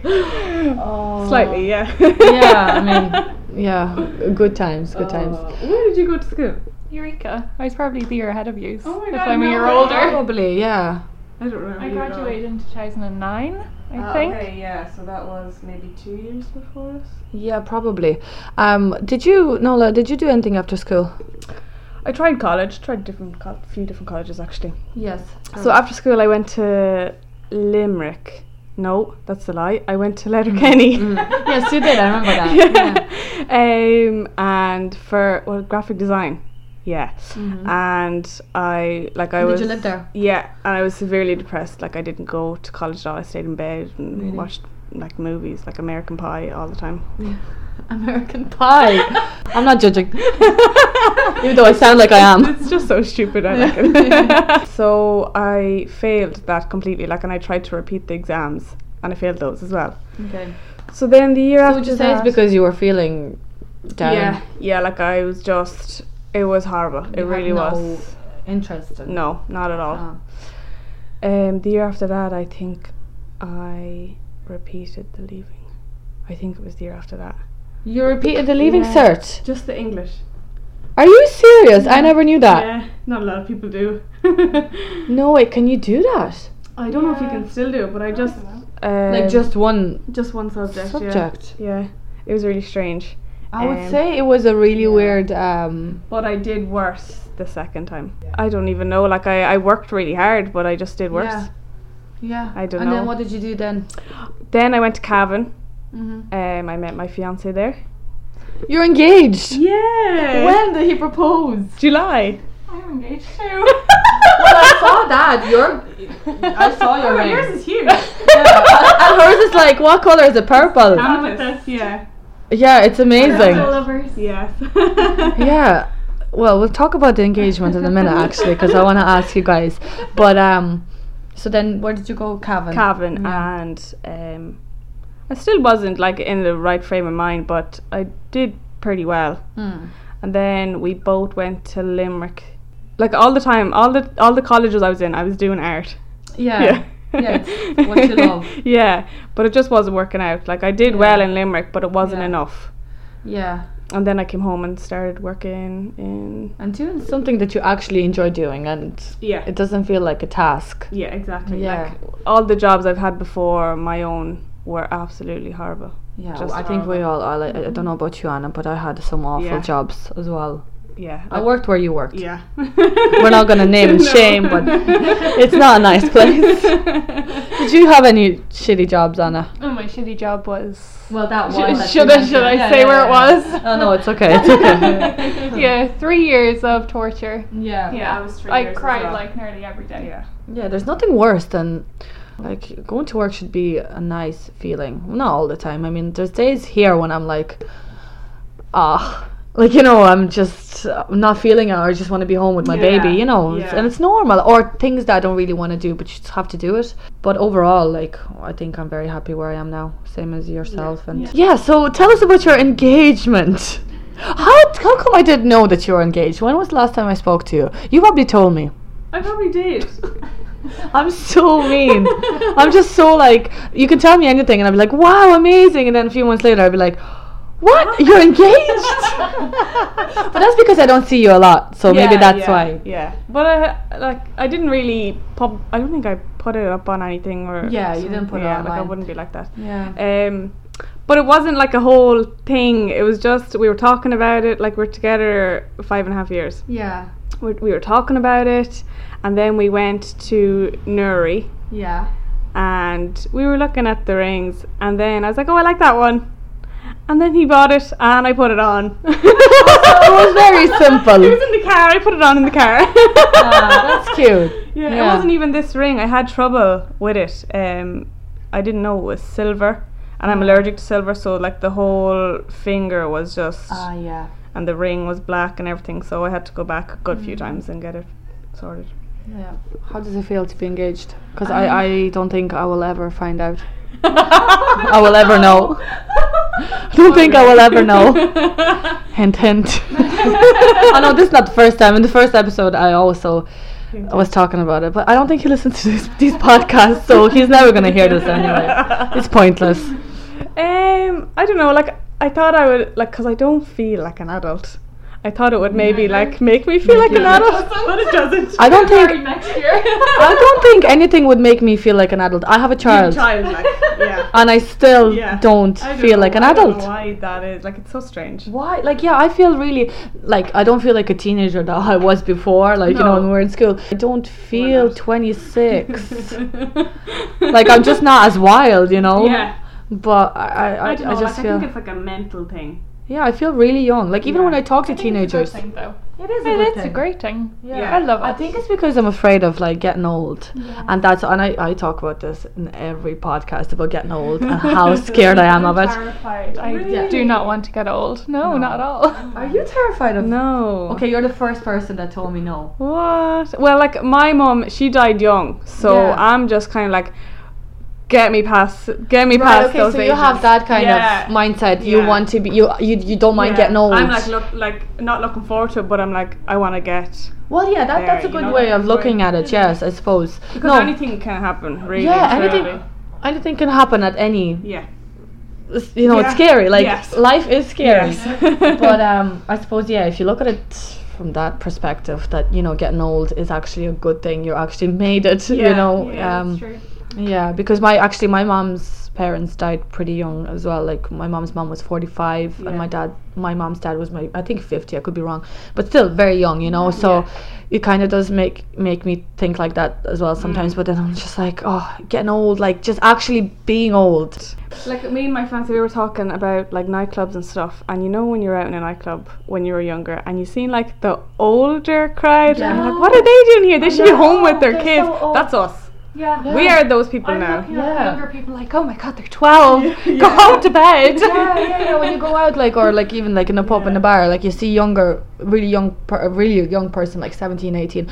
Speaker 1: oh.
Speaker 2: Slightly, yeah.
Speaker 1: Yeah, I mean, yeah, g- good times, good times.
Speaker 2: Where did you go to school?
Speaker 3: Eureka. I was probably the year ahead of you.
Speaker 2: Oh my
Speaker 3: if
Speaker 2: God,
Speaker 3: I'm a
Speaker 2: no
Speaker 3: year
Speaker 2: way.
Speaker 1: Oh,
Speaker 3: older.
Speaker 1: Probably, yeah.
Speaker 2: I don't remember.
Speaker 3: I graduated in 2009, I
Speaker 2: Oh,
Speaker 3: think.
Speaker 2: Okay, yeah, so that was maybe two years before us.
Speaker 1: Yeah, probably. Um, did you, Nola, did you do anything after school?
Speaker 2: I tried college, tried different col- few different colleges actually.
Speaker 1: Yes.
Speaker 2: So after school, I went to Limerick. No, that's a lie. I went to Letterkenny.
Speaker 1: Mm. Yes, you did, I remember that.
Speaker 2: um, and for well, graphic design. Yeah, and I like I
Speaker 1: Mm-hmm. Did
Speaker 2: was.
Speaker 1: you live there?
Speaker 2: Yeah, and I was severely depressed. Like I didn't go to college at all. I stayed in bed and
Speaker 1: Really?
Speaker 2: watched like movies, like American Pie, all the time.
Speaker 1: American Pie. I'm not judging. Even though I sound like I am.
Speaker 2: It's just so stupid. I like it. so I failed that completely. Like, and I tried to repeat the exams, and I failed those as well.
Speaker 1: Okay.
Speaker 2: So then the year
Speaker 1: So
Speaker 2: after
Speaker 1: would you say
Speaker 2: that,
Speaker 1: it's because you were feeling down?
Speaker 2: yeah, yeah, like I was just. It was horrible. It
Speaker 1: You had
Speaker 2: really
Speaker 1: no
Speaker 2: was.
Speaker 1: Interest in
Speaker 2: No, not at all.
Speaker 1: Ah.
Speaker 2: Um, the year after that, I think I repeated the leaving. I think it was the year after that.
Speaker 1: You repeated the leaving
Speaker 2: Yeah.
Speaker 1: cert.
Speaker 2: Just the English.
Speaker 1: Are you serious? I never knew that.
Speaker 2: Yeah, not a lot of people do.
Speaker 1: No way, can you do that?
Speaker 2: I don't know if you can still do it, but I just um,
Speaker 1: like just one
Speaker 2: just one subject.
Speaker 1: subject.
Speaker 2: Yeah. yeah, it was really strange.
Speaker 1: I would
Speaker 2: Um,
Speaker 1: say it was a really weird um
Speaker 2: But I did worse the second time. I don't even know. Like I, I worked really hard, but I just did worse.
Speaker 1: Yeah. Yeah.
Speaker 2: I don't
Speaker 1: and
Speaker 2: know.
Speaker 1: then what did you do then?
Speaker 2: Then I went to Cavan.
Speaker 1: Mm-hmm.
Speaker 2: Um, I met my fiance there.
Speaker 1: You're engaged.
Speaker 2: Yeah.
Speaker 1: When did he propose?
Speaker 2: July.
Speaker 3: I'm engaged too.
Speaker 1: I saw that. Your I saw your
Speaker 3: Oh,
Speaker 1: ring.
Speaker 2: is huge.
Speaker 1: and hers is like what color is it? Purple.
Speaker 2: Amethyst, yeah.
Speaker 1: Yeah, it's amazing.
Speaker 3: lovers.
Speaker 2: Yes.
Speaker 1: yeah well we'll talk about the engagement in a minute actually because i want to ask you guys but um so then where did you go Cavan?
Speaker 2: Cavan
Speaker 1: Yeah.
Speaker 2: and um, I still wasn't like in the right frame of mind, but I did pretty well.
Speaker 1: Mm.
Speaker 2: And then we both went to Limerick. Like all the time, all the all the colleges I was in, I was doing art.
Speaker 1: yeah
Speaker 2: Yeah.
Speaker 1: yeah, it's what you love.
Speaker 2: yeah, but it just wasn't working out. Like I did
Speaker 1: Yeah.
Speaker 2: well in Limerick, but it wasn't
Speaker 1: Yeah.
Speaker 2: enough.
Speaker 1: yeah
Speaker 2: And then I came home and started working in
Speaker 1: and doing something that you actually enjoy doing and
Speaker 2: yeah
Speaker 1: it doesn't feel like a task
Speaker 2: Yeah, exactly.
Speaker 1: Yeah.
Speaker 2: Like all the jobs I've had before my own were absolutely horrible.
Speaker 1: Yeah,
Speaker 2: Just
Speaker 1: I think we
Speaker 2: horrible.
Speaker 1: all are. Like, I I don't know about you, Anna, but I had some awful
Speaker 2: Yeah.
Speaker 1: jobs as well.
Speaker 2: Yeah.
Speaker 1: I worked where you worked.
Speaker 2: Yeah.
Speaker 1: We're not gonna name and shame, but it's not a nice place. Did you have any shitty jobs, Anna?
Speaker 3: Oh, my shitty job was.
Speaker 1: Well, that
Speaker 3: Sh- should I, should I say where it was?
Speaker 1: Oh no, it's okay. It's okay.
Speaker 3: yeah, three years of torture.
Speaker 5: yeah,
Speaker 3: Yeah,
Speaker 5: I was three
Speaker 3: I
Speaker 5: years as
Speaker 3: cried
Speaker 5: well.
Speaker 3: like nearly every day.
Speaker 2: Yeah.
Speaker 1: yeah, there's nothing worse than like going to work should be a nice feeling. Not all the time. I mean, there's days here when I'm like, ah. Like you know, I'm just uh, not feeling it, or just want to be home with my
Speaker 5: Yeah,
Speaker 1: baby, you know,
Speaker 5: yeah.
Speaker 1: and it's normal. Or things that I don't really want to do, but you just have to do it. But overall, like I think I'm very happy where I am now, same as yourself. And yeah, so tell us about your engagement. How how come I didn't know that you were engaged? When was the last time I spoke to you? You probably told me.
Speaker 5: I probably did.
Speaker 1: I'm so mean. I'm just so like, you can tell me anything, and I'll be like, wow, amazing. And then a few months later, I'll be like, what? You're engaged? but that's because I don't see you a lot, so maybe
Speaker 2: Yeah,
Speaker 1: that's
Speaker 2: yeah,
Speaker 1: why.
Speaker 2: Yeah. But I like I didn't really pop I don't think I put it up on anything or
Speaker 1: Yeah, you
Speaker 2: some-
Speaker 1: didn't put it
Speaker 2: yeah, like I
Speaker 1: online.
Speaker 2: wouldn't be like that.
Speaker 1: Yeah.
Speaker 2: Um but it wasn't like a whole thing. It was just we were talking about it, like we're together five and a half years.
Speaker 5: yeah,
Speaker 2: We, we were talking about it and then we went to Nuri
Speaker 5: yeah.
Speaker 2: and we were looking at the rings and then I was like, Oh I like that one and then he bought it and I put it on.
Speaker 1: Oh, It was very simple.
Speaker 2: It was in the car. I put it on in the car.
Speaker 1: Ah, that's cute.
Speaker 2: Yeah, it
Speaker 1: Yeah.
Speaker 2: wasn't even this ring. I had trouble with it. Um, I didn't know it was silver, and
Speaker 1: Ah.
Speaker 2: I'm allergic to silver, so like the whole finger was just,
Speaker 1: Ah, yeah.
Speaker 2: and the ring was black and everything. So I had to go back a good few
Speaker 1: Mm.
Speaker 2: times and get it sorted.
Speaker 1: Yeah. How does it feel to be engaged? Because I, I don't think I will ever find out. I will ever know. I don't think I will ever know. hint, hint. I know this is not the first time. In the first episode, I also I was talking about it, but I don't think he listens to this, these podcasts, so he's never gonna hear this anyway. It's pointless.
Speaker 2: Um, I don't know. Like I thought I would like because I don't feel like an adult. I thought it would maybe like make me feel like an adult, Mm-hmm. but it doesn't.
Speaker 1: I don't
Speaker 3: Sorry,
Speaker 1: think
Speaker 3: next year.
Speaker 1: I don't think anything would make me feel like an adult. I have a child,
Speaker 2: Child, like, yeah.
Speaker 1: and I still
Speaker 2: Yeah.
Speaker 1: don't,
Speaker 2: I don't
Speaker 1: feel
Speaker 2: know-
Speaker 1: like an
Speaker 2: I
Speaker 1: adult.
Speaker 2: Don't know why that is? Like it's so strange.
Speaker 1: Why? Like, yeah, I feel really like I don't feel like a teenager that I was before. Like, you know, when we were in school, I don't feel 26. like, I'm just not as wild, you know. But I, I, I,
Speaker 5: I
Speaker 1: I,
Speaker 5: don't know.
Speaker 1: just
Speaker 5: like, I
Speaker 1: feel.
Speaker 5: think it's like a mental thing.
Speaker 1: yeah, I feel really young. Like, even when I talk to teenagers,
Speaker 3: It's a good thing, though.
Speaker 5: It is.
Speaker 3: It- it's a great thing.
Speaker 5: Yeah.
Speaker 3: I love it.
Speaker 1: I think it's because I'm afraid of like getting old, and that's and I, I talk about this in every podcast about getting old and how scared I am of
Speaker 3: I'm
Speaker 1: it.
Speaker 3: terrified. I do not want to get old. No, not at all.
Speaker 1: Are you terrified of?
Speaker 2: No.
Speaker 1: Okay, you're the first person that told me no.
Speaker 2: What? Well, like my mom, she died young, so
Speaker 1: Yeah.
Speaker 2: I'm just kind of like, get me past, get me past
Speaker 1: okay,
Speaker 2: those
Speaker 1: so you have
Speaker 2: ages."
Speaker 1: that kind
Speaker 2: Yeah.
Speaker 1: of mindset. You
Speaker 2: Yeah.
Speaker 1: want to be you you, you don't mind
Speaker 2: Yeah.
Speaker 1: getting old.
Speaker 2: I'm like, look, like not looking forward to it, but I'm like, I want to get.
Speaker 1: well, yeah, that,
Speaker 2: there,
Speaker 1: that's a
Speaker 2: you
Speaker 1: good
Speaker 2: know,
Speaker 1: way of
Speaker 2: that's
Speaker 1: looking
Speaker 2: where-
Speaker 1: at it. Yes, I suppose.
Speaker 2: Because
Speaker 1: No,
Speaker 2: anything can happen, really.
Speaker 1: yeah, anything,
Speaker 2: truly.
Speaker 1: anything can happen at any.
Speaker 2: Yeah.
Speaker 1: You know, it's
Speaker 2: Yeah.
Speaker 1: scary. Like
Speaker 2: Yes.
Speaker 1: life is scary.
Speaker 2: Yes.
Speaker 1: but um, I suppose yeah, if you look at it from that perspective, that you know, getting old is actually a good thing. You actually made it. you
Speaker 2: Yeah,
Speaker 1: know,
Speaker 3: Yeah,
Speaker 1: um,
Speaker 3: that's true.
Speaker 1: Yeah, because my actually my mom's parents died pretty young as well. Like my mom's mom was 45 and
Speaker 2: Yeah.
Speaker 1: my dad my mom's dad was my I think 50, I could be wrong, but still very young, you know. So it kind of does make make me think like that as well sometimes, but then I'm just like, oh, getting old, like just actually being old.
Speaker 2: Like me and my fiance, we were talking about like nightclubs and stuff, and you know when you're out in a nightclub when you were younger, and you seen like the older crowd, and I'm like, what are they doing here? They should be home with their
Speaker 3: They're
Speaker 2: kids.
Speaker 3: so old.
Speaker 2: That's us.
Speaker 3: Yeah.
Speaker 2: We are those people
Speaker 3: I'm
Speaker 2: now.
Speaker 3: looking at
Speaker 1: Yeah.
Speaker 3: younger people like, oh my god, they're
Speaker 1: 12. Go home to bed.
Speaker 3: Yeah, yeah, yeah,
Speaker 1: when you go out like or like even like in a pub in a bar, like you see younger really young per- a really young person like 17, 18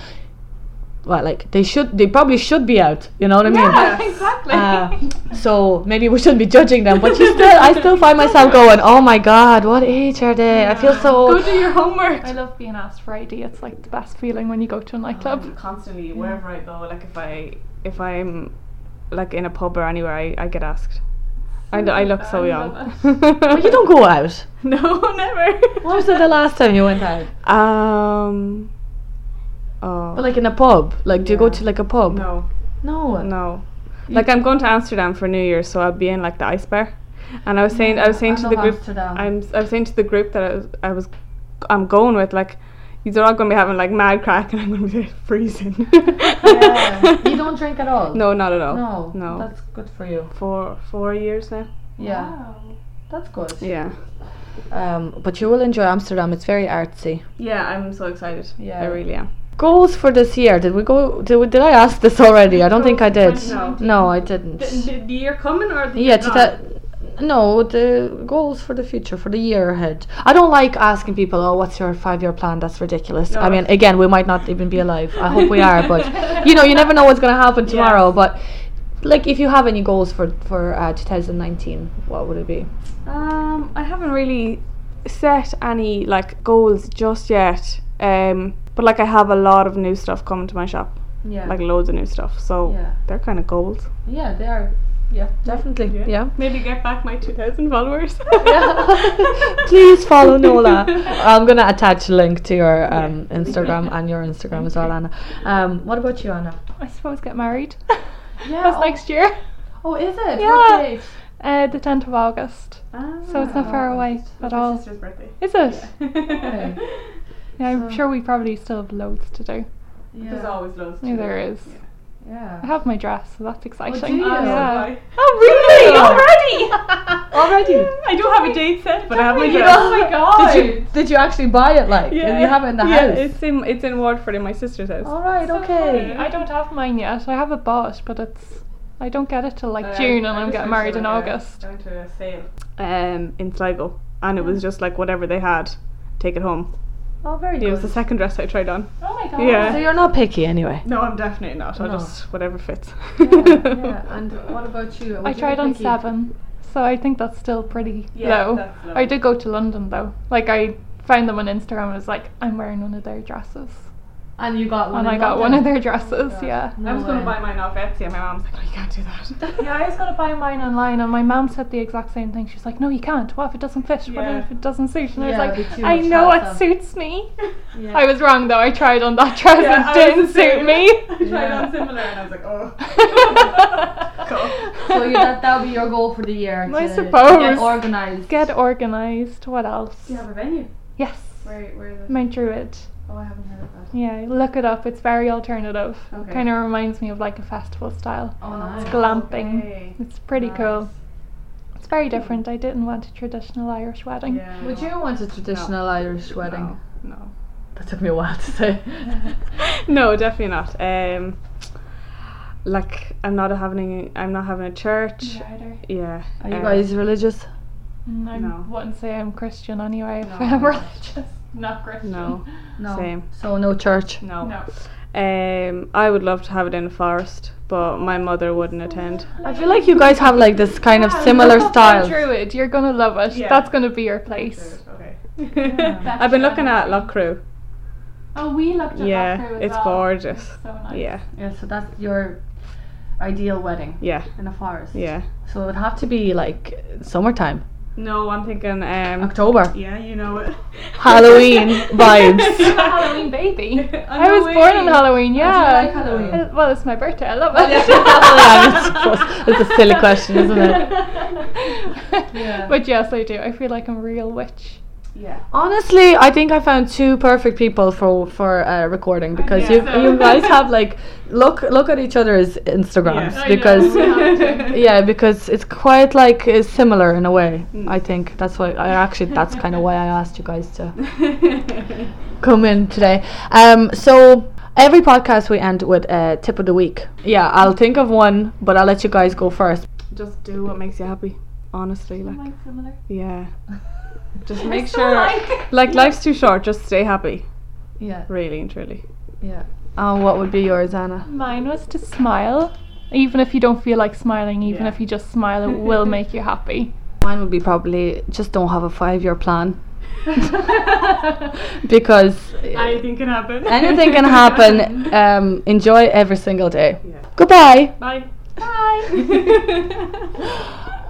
Speaker 1: well, like they should, they probably should be out. You know what I mean?
Speaker 3: Yeah, exactly.
Speaker 1: Uh, so maybe we shouldn't be judging them, but you still, I still find myself going, "Oh my God, what age are they? I feel so
Speaker 2: Go
Speaker 1: old."
Speaker 2: do your homework.
Speaker 3: I love being asked for ID. It's like the best feeling when you go to a nightclub.
Speaker 2: constantly wherever I go, like if I if I'm like in a pub or anywhere, I, I get asked. I, I look so
Speaker 3: I
Speaker 2: young.
Speaker 3: love
Speaker 1: But you don't go out.
Speaker 2: no, never.
Speaker 1: When was the last time you went out?
Speaker 2: Um. Oh.
Speaker 1: But like in a pub, like do you go
Speaker 2: Yeah.
Speaker 1: to like a pub?
Speaker 2: no,
Speaker 1: No.
Speaker 2: no. Like I'm going to Amsterdam for New Year's, so I'll be in like the ice bar. And I was saying, I was saying
Speaker 1: I
Speaker 2: to
Speaker 1: love
Speaker 2: the group,
Speaker 1: Amsterdam.
Speaker 2: I'm, I was saying to the group that I was, I was, I'm going with like, these are all going to be having like mad crack, and I'm going to be freezing.
Speaker 1: Yeah. you don't drink at all.
Speaker 2: No, not at all.
Speaker 1: No.
Speaker 2: no.
Speaker 1: That's good for you.
Speaker 2: Four, four years now.
Speaker 1: Yeah.
Speaker 3: Wow.
Speaker 1: That's good.
Speaker 2: Yeah.
Speaker 1: Um, but you will enjoy Amsterdam. It's very artsy.
Speaker 2: Yeah, I'm so excited.
Speaker 1: Yeah.
Speaker 2: I really am.
Speaker 1: Goals for this year? Did we go? Did, we, did I ask this already? I don't think I did.
Speaker 5: No.
Speaker 1: No, I didn't.
Speaker 5: The, the, the year coming or the
Speaker 1: Yeah,
Speaker 5: year
Speaker 1: to
Speaker 5: gone?
Speaker 1: tell- no, the goals for the future, for the year ahead. I don't like asking people, oh, what's your five year plan? That's ridiculous. I
Speaker 5: No.
Speaker 1: mean, again, we might not even be alive. I hope we are, but you know, you never know what's going to happen tomorrow. But like, if you have any goals for, for uh, 2019, what would it be?
Speaker 2: Um, I haven't really set any like goals just yet. Um, but like I have a lot of new stuff coming to my shop,
Speaker 1: Yeah.
Speaker 2: like loads of new stuff. So
Speaker 1: Yeah.
Speaker 2: they're kind of goals.
Speaker 1: yeah, they are. Yeah, definitely.
Speaker 2: Yeah.
Speaker 1: yeah.
Speaker 2: Maybe get back my 2,000 followers.
Speaker 1: Please follow Nola. I'm gonna attach a link to your um, Instagram and your Instagram as well, Anna. Um, what about you, Anna?
Speaker 3: I suppose get married.
Speaker 1: Yeah.
Speaker 3: That's next year.
Speaker 1: Oh, is it?
Speaker 3: Yeah. Uh, the 10th of August.
Speaker 1: Ah.
Speaker 3: So it's not
Speaker 5: Oh,
Speaker 3: far away at all.
Speaker 5: sister's birthday.
Speaker 3: Is it?
Speaker 5: There's
Speaker 3: Yeah, I'm
Speaker 1: So-
Speaker 3: sure we probably still have loads to do.
Speaker 5: always loads. to
Speaker 3: Yeah,
Speaker 5: do.
Speaker 3: there is. I
Speaker 1: Yeah.
Speaker 3: have my dress, so
Speaker 5: Oh,
Speaker 3: that's exciting.
Speaker 1: you?
Speaker 3: Yeah.
Speaker 5: Bye.
Speaker 1: Oh, really?
Speaker 5: Already? I do have a date set, but I have my
Speaker 1: You
Speaker 5: dress.
Speaker 3: Oh,
Speaker 1: know- Did you did you actually buy it? Like, and you have it in the
Speaker 2: yeah,
Speaker 1: house?
Speaker 2: it's in it's in Waterford in my sister's house.
Speaker 1: All right.
Speaker 3: So funny.
Speaker 1: okay.
Speaker 3: I don't have mine yet. I have a bought, but it's. I don't get it till like
Speaker 5: Uh,
Speaker 3: June, and
Speaker 5: I
Speaker 3: I'm
Speaker 5: just
Speaker 3: getting
Speaker 5: wish
Speaker 3: married
Speaker 5: I
Speaker 3: in
Speaker 5: would've
Speaker 3: August.
Speaker 5: gone to a sale.
Speaker 2: Um, in Sligo, and it was just like whatever they had, take it home.
Speaker 1: Oh, very
Speaker 2: It was the
Speaker 1: good.
Speaker 2: second dress I tried on.
Speaker 3: Oh my god.
Speaker 2: Yeah.
Speaker 1: So you're not picky, anyway.
Speaker 5: No, I'm definitely not.
Speaker 2: I
Speaker 1: No.
Speaker 2: just whatever fits.
Speaker 1: And what about you?
Speaker 3: I tried on seven, so I think that's still pretty
Speaker 5: Yeah,
Speaker 3: low.
Speaker 5: that's low.
Speaker 3: I did go to London though. Like I found them on Instagram and was like, I'm wearing one of their dresses,
Speaker 1: And you got one.
Speaker 3: and I
Speaker 1: in
Speaker 3: got one
Speaker 1: London.
Speaker 3: of their dresses. yeah.
Speaker 1: No
Speaker 5: I was
Speaker 1: way.
Speaker 5: going to buy mine off Etsy, and my mom's
Speaker 2: "Oh,
Speaker 5: like, "No, you can't do that."
Speaker 3: Yeah, I was gonna buy mine online, and my mom said the exact same thing. She's like, "No, you can't. What if it doesn't fit? What
Speaker 5: Yeah.
Speaker 3: if it doesn't suit?" And
Speaker 1: Yeah,
Speaker 3: I
Speaker 1: it'd
Speaker 3: was
Speaker 1: be
Speaker 3: like,
Speaker 1: too
Speaker 3: "I
Speaker 1: much
Speaker 3: know what
Speaker 1: hassle."
Speaker 3: suits me."
Speaker 1: Yeah.
Speaker 3: I was wrong though. I tried on that dress
Speaker 5: Yeah, I was
Speaker 3: and it
Speaker 5: the
Speaker 3: didn't
Speaker 5: same.
Speaker 3: suit me.
Speaker 5: I tried
Speaker 1: Yeah.
Speaker 5: on similar, and I was like, "Oh."
Speaker 1: So you, that that'll be your goal for the year.
Speaker 3: I
Speaker 1: to
Speaker 3: suppose.
Speaker 1: Get organized.
Speaker 3: Get organized. What else?
Speaker 5: Do you have a venue?
Speaker 3: Yes,
Speaker 5: Where, where is it?
Speaker 3: Mount Druid.
Speaker 5: Oh, I haven't heard of that.
Speaker 3: Yeah, look it up. It's very alternative.
Speaker 5: Okay.
Speaker 3: Kind of reminds me of like a festival style.
Speaker 1: Oh, nice.
Speaker 3: It's glamping.
Speaker 5: Okay.
Speaker 3: It's pretty
Speaker 5: Nice.
Speaker 3: cool. It's very different. I didn't want a traditional Irish wedding.
Speaker 5: Yeah.
Speaker 1: Would you want a traditional Irish wedding?
Speaker 5: No.
Speaker 1: That took me a while to say.
Speaker 2: no, definitely not. Um, like I'm not having I'm not having a church.
Speaker 3: Me either.
Speaker 2: Yeah.
Speaker 1: Are you
Speaker 2: um,
Speaker 1: guys religious?
Speaker 3: Mm, I
Speaker 5: No.
Speaker 3: wouldn't say I'm Christian anyway. If
Speaker 5: No.
Speaker 3: I'm religious, not Christian.
Speaker 2: No.
Speaker 1: No.
Speaker 2: Same.
Speaker 1: So no church.
Speaker 2: No.
Speaker 3: No.
Speaker 2: Um, I would love to have it in a forest, but my mother wouldn't attend.
Speaker 1: I feel like you guys have like this kind of similar style.
Speaker 3: Druid, you're gonna love it.
Speaker 5: Yeah.
Speaker 3: That's gonna be your place.
Speaker 5: Okay.
Speaker 2: I've been looking at Lochcrew.
Speaker 3: Oh, we looked at
Speaker 2: Yeah,
Speaker 3: that crew as
Speaker 2: it's
Speaker 3: well.
Speaker 2: gorgeous.
Speaker 3: It's so nice.
Speaker 2: Yeah,
Speaker 1: Yeah, so that's your ideal wedding
Speaker 2: yeah,
Speaker 1: in a forest.
Speaker 2: yeah.
Speaker 1: So it would have to be like summertime,
Speaker 2: No, I'm thinking. Um,
Speaker 1: October,
Speaker 5: Yeah, you know it.
Speaker 1: Halloween vibes.
Speaker 3: I'm a Halloween baby. I
Speaker 5: know
Speaker 3: was born on
Speaker 5: it.
Speaker 3: Halloween. Yeah.
Speaker 1: like Halloween?
Speaker 3: Uh, well, it's my birthday. I love
Speaker 1: yeah,
Speaker 3: it.
Speaker 1: it's a silly question, isn't it? Yeah.
Speaker 3: But yes, I do. I feel like I'm a real witch.
Speaker 5: Yeah.
Speaker 1: Honestly, I think I found two perfect people for for uh, recording because
Speaker 5: think
Speaker 1: you
Speaker 5: so.
Speaker 1: you guys have like look look at each other's Instagrams
Speaker 5: Yeah. I
Speaker 1: because
Speaker 5: yeah.
Speaker 1: yeah because it's quite like uh, similar in a way. I think that's why I actually that's kind of why I asked you guys to come in today. Um, so every podcast we end with a tip of the week. Yeah, I'll think of one, but I'll let you guys go first.
Speaker 2: just do what makes you happy. Honestly, like
Speaker 3: similar.
Speaker 2: yeah. Just make sure. Like life's too short. Just stay happy,
Speaker 1: Yeah,
Speaker 2: really and truly.
Speaker 1: yeah. Um, what would be yours, Anna?
Speaker 3: Mine was to smile. Even if you don't feel like smiling, even
Speaker 5: Yeah.
Speaker 3: if you just smile, it will make you happy.
Speaker 1: Mine would be probably just don't have a five year plan because uh,
Speaker 5: Anything can happen.
Speaker 1: anything can happen. Um, enjoy every single day.
Speaker 5: Yeah.
Speaker 1: Goodbye.
Speaker 5: Bye.
Speaker 3: Bye.
Speaker 5: Bye.